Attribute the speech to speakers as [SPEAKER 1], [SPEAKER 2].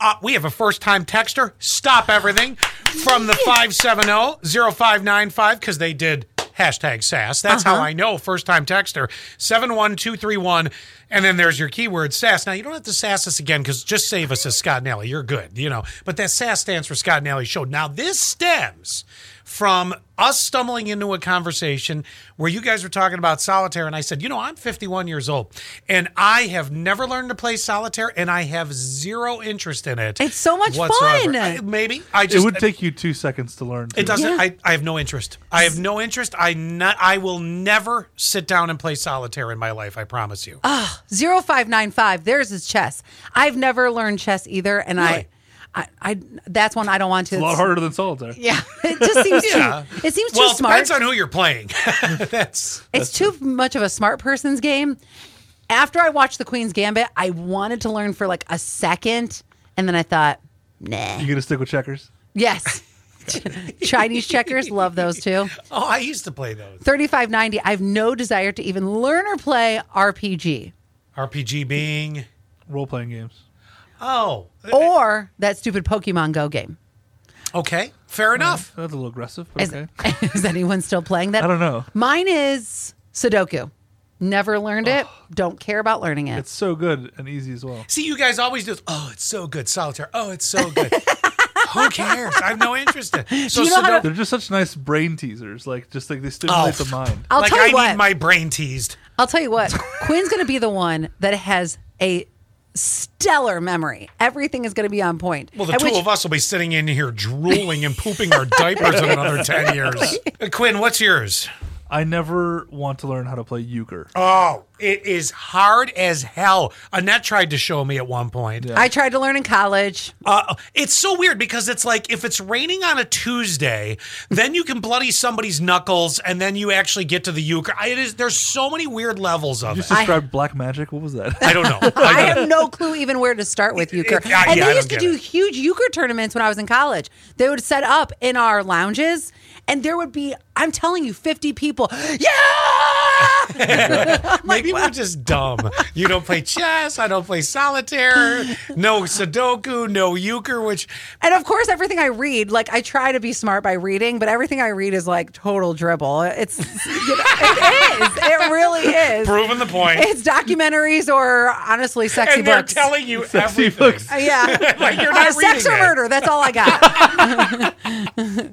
[SPEAKER 1] uh, we have a first time texter. Stop everything from the oh, 570-0595 because they did hashtag sass. That's how I know first time texter 71231. And then there's your keyword sass. Now you don't have to sass us again because just save us as Scott Nally. You're good, you know. But that sass stands for Scott Nally Show. Now this stems from us stumbling into a conversation where you guys were talking about solitaire and I said, "You know, I'm 51 years old and I have never learned to play solitaire and I have zero interest in it."
[SPEAKER 2] It's so much
[SPEAKER 1] whatsoever."
[SPEAKER 2] fun.
[SPEAKER 1] I- maybe I
[SPEAKER 3] It
[SPEAKER 1] just
[SPEAKER 3] would take you two seconds to learn.
[SPEAKER 1] it
[SPEAKER 3] too.
[SPEAKER 1] doesn't.
[SPEAKER 2] Yeah.
[SPEAKER 1] I, I have no interest. I have no interest. I not. I will never sit down and play solitaire in my life. I promise you.
[SPEAKER 2] Oh, 0595 there's his chess i've never learned chess either and I,
[SPEAKER 1] Really?
[SPEAKER 2] I i that's one i don't want to
[SPEAKER 3] It's a lot harder than solitaire.
[SPEAKER 2] yeah it just seems too it seems
[SPEAKER 1] well,
[SPEAKER 2] too
[SPEAKER 1] it
[SPEAKER 2] smart
[SPEAKER 1] depends on who you're playing. That's
[SPEAKER 2] it's too much of a smart person's game after i watched the queen's gambit i wanted to learn for like a second and then i thought nah
[SPEAKER 3] You gonna stick with checkers?
[SPEAKER 2] yes chinese checkers love those too
[SPEAKER 1] oh, I used to play those
[SPEAKER 2] 3590 i have no desire to even learn or play rpg
[SPEAKER 1] RPG being.
[SPEAKER 3] Role playing games.
[SPEAKER 1] Oh,
[SPEAKER 2] or that stupid pokemon go game
[SPEAKER 1] okay, fair enough.
[SPEAKER 3] That's a little aggressive. But
[SPEAKER 2] Is,
[SPEAKER 3] okay.
[SPEAKER 2] is anyone still playing that?
[SPEAKER 3] I don't know.
[SPEAKER 2] Mine is Sudoku. Never learned it. Don't care about learning it.
[SPEAKER 3] It's so good and easy as well.
[SPEAKER 1] See, you guys always do. Oh, it's so good, solitaire. Oh, it's so good. who cares? I have no interest in. So
[SPEAKER 2] you know how to-
[SPEAKER 1] Sudoku-
[SPEAKER 3] They're just such nice brain teasers. Like just like they stimulate
[SPEAKER 1] Oh.
[SPEAKER 3] the mind.
[SPEAKER 2] I'll
[SPEAKER 1] like
[SPEAKER 2] tell you
[SPEAKER 1] I
[SPEAKER 2] what.
[SPEAKER 1] need my brain teased.
[SPEAKER 2] I'll tell you what. Quinn's going to be the one that has a stellar memory. Everything is going to be on point.
[SPEAKER 1] Well, the
[SPEAKER 2] At
[SPEAKER 1] two
[SPEAKER 2] which-
[SPEAKER 1] of us will be sitting in here drooling and pooping our diapers in another 10 years. Uh, Quinn, what's yours?
[SPEAKER 3] I never want to learn how to play euchre.
[SPEAKER 1] Oh, it is hard as hell. Annette tried to show me at one point.
[SPEAKER 2] I tried to learn in college.
[SPEAKER 1] Uh, it's so weird because it's like if it's raining on a Tuesday, then you can bloody somebody's knuckles and then you actually get to the euchre. I- It is, there's so many weird levels of
[SPEAKER 3] You
[SPEAKER 1] it.
[SPEAKER 3] just described black magic. What was that?
[SPEAKER 1] I don't know.
[SPEAKER 2] I have no clue even where to start with euchre.
[SPEAKER 1] Yeah,
[SPEAKER 2] and
[SPEAKER 1] yeah, I
[SPEAKER 2] they used to
[SPEAKER 1] don't
[SPEAKER 2] do
[SPEAKER 1] get
[SPEAKER 2] huge euchre tournaments when I was in college. They would set up in our lounges, and there would be, I'm telling you, 50 people. Yeah!
[SPEAKER 1] Maybe we're just dumb. You don't play chess. I don't play solitaire. No Sudoku. No euchre. Which
[SPEAKER 2] And of course, everything I read, like I try to be smart by reading, but everything I read is like total dribble. It's, you know, it is. It really is.
[SPEAKER 1] proving the point.
[SPEAKER 2] It's documentaries or honestly sexy
[SPEAKER 1] and they're
[SPEAKER 2] books.
[SPEAKER 1] telling you
[SPEAKER 3] Sexy
[SPEAKER 1] everything.
[SPEAKER 3] books.
[SPEAKER 2] Uh, yeah.
[SPEAKER 1] Like you're
[SPEAKER 2] Uh,
[SPEAKER 1] not
[SPEAKER 2] sex
[SPEAKER 1] reading
[SPEAKER 2] or
[SPEAKER 1] it.
[SPEAKER 2] murder. That's all I got.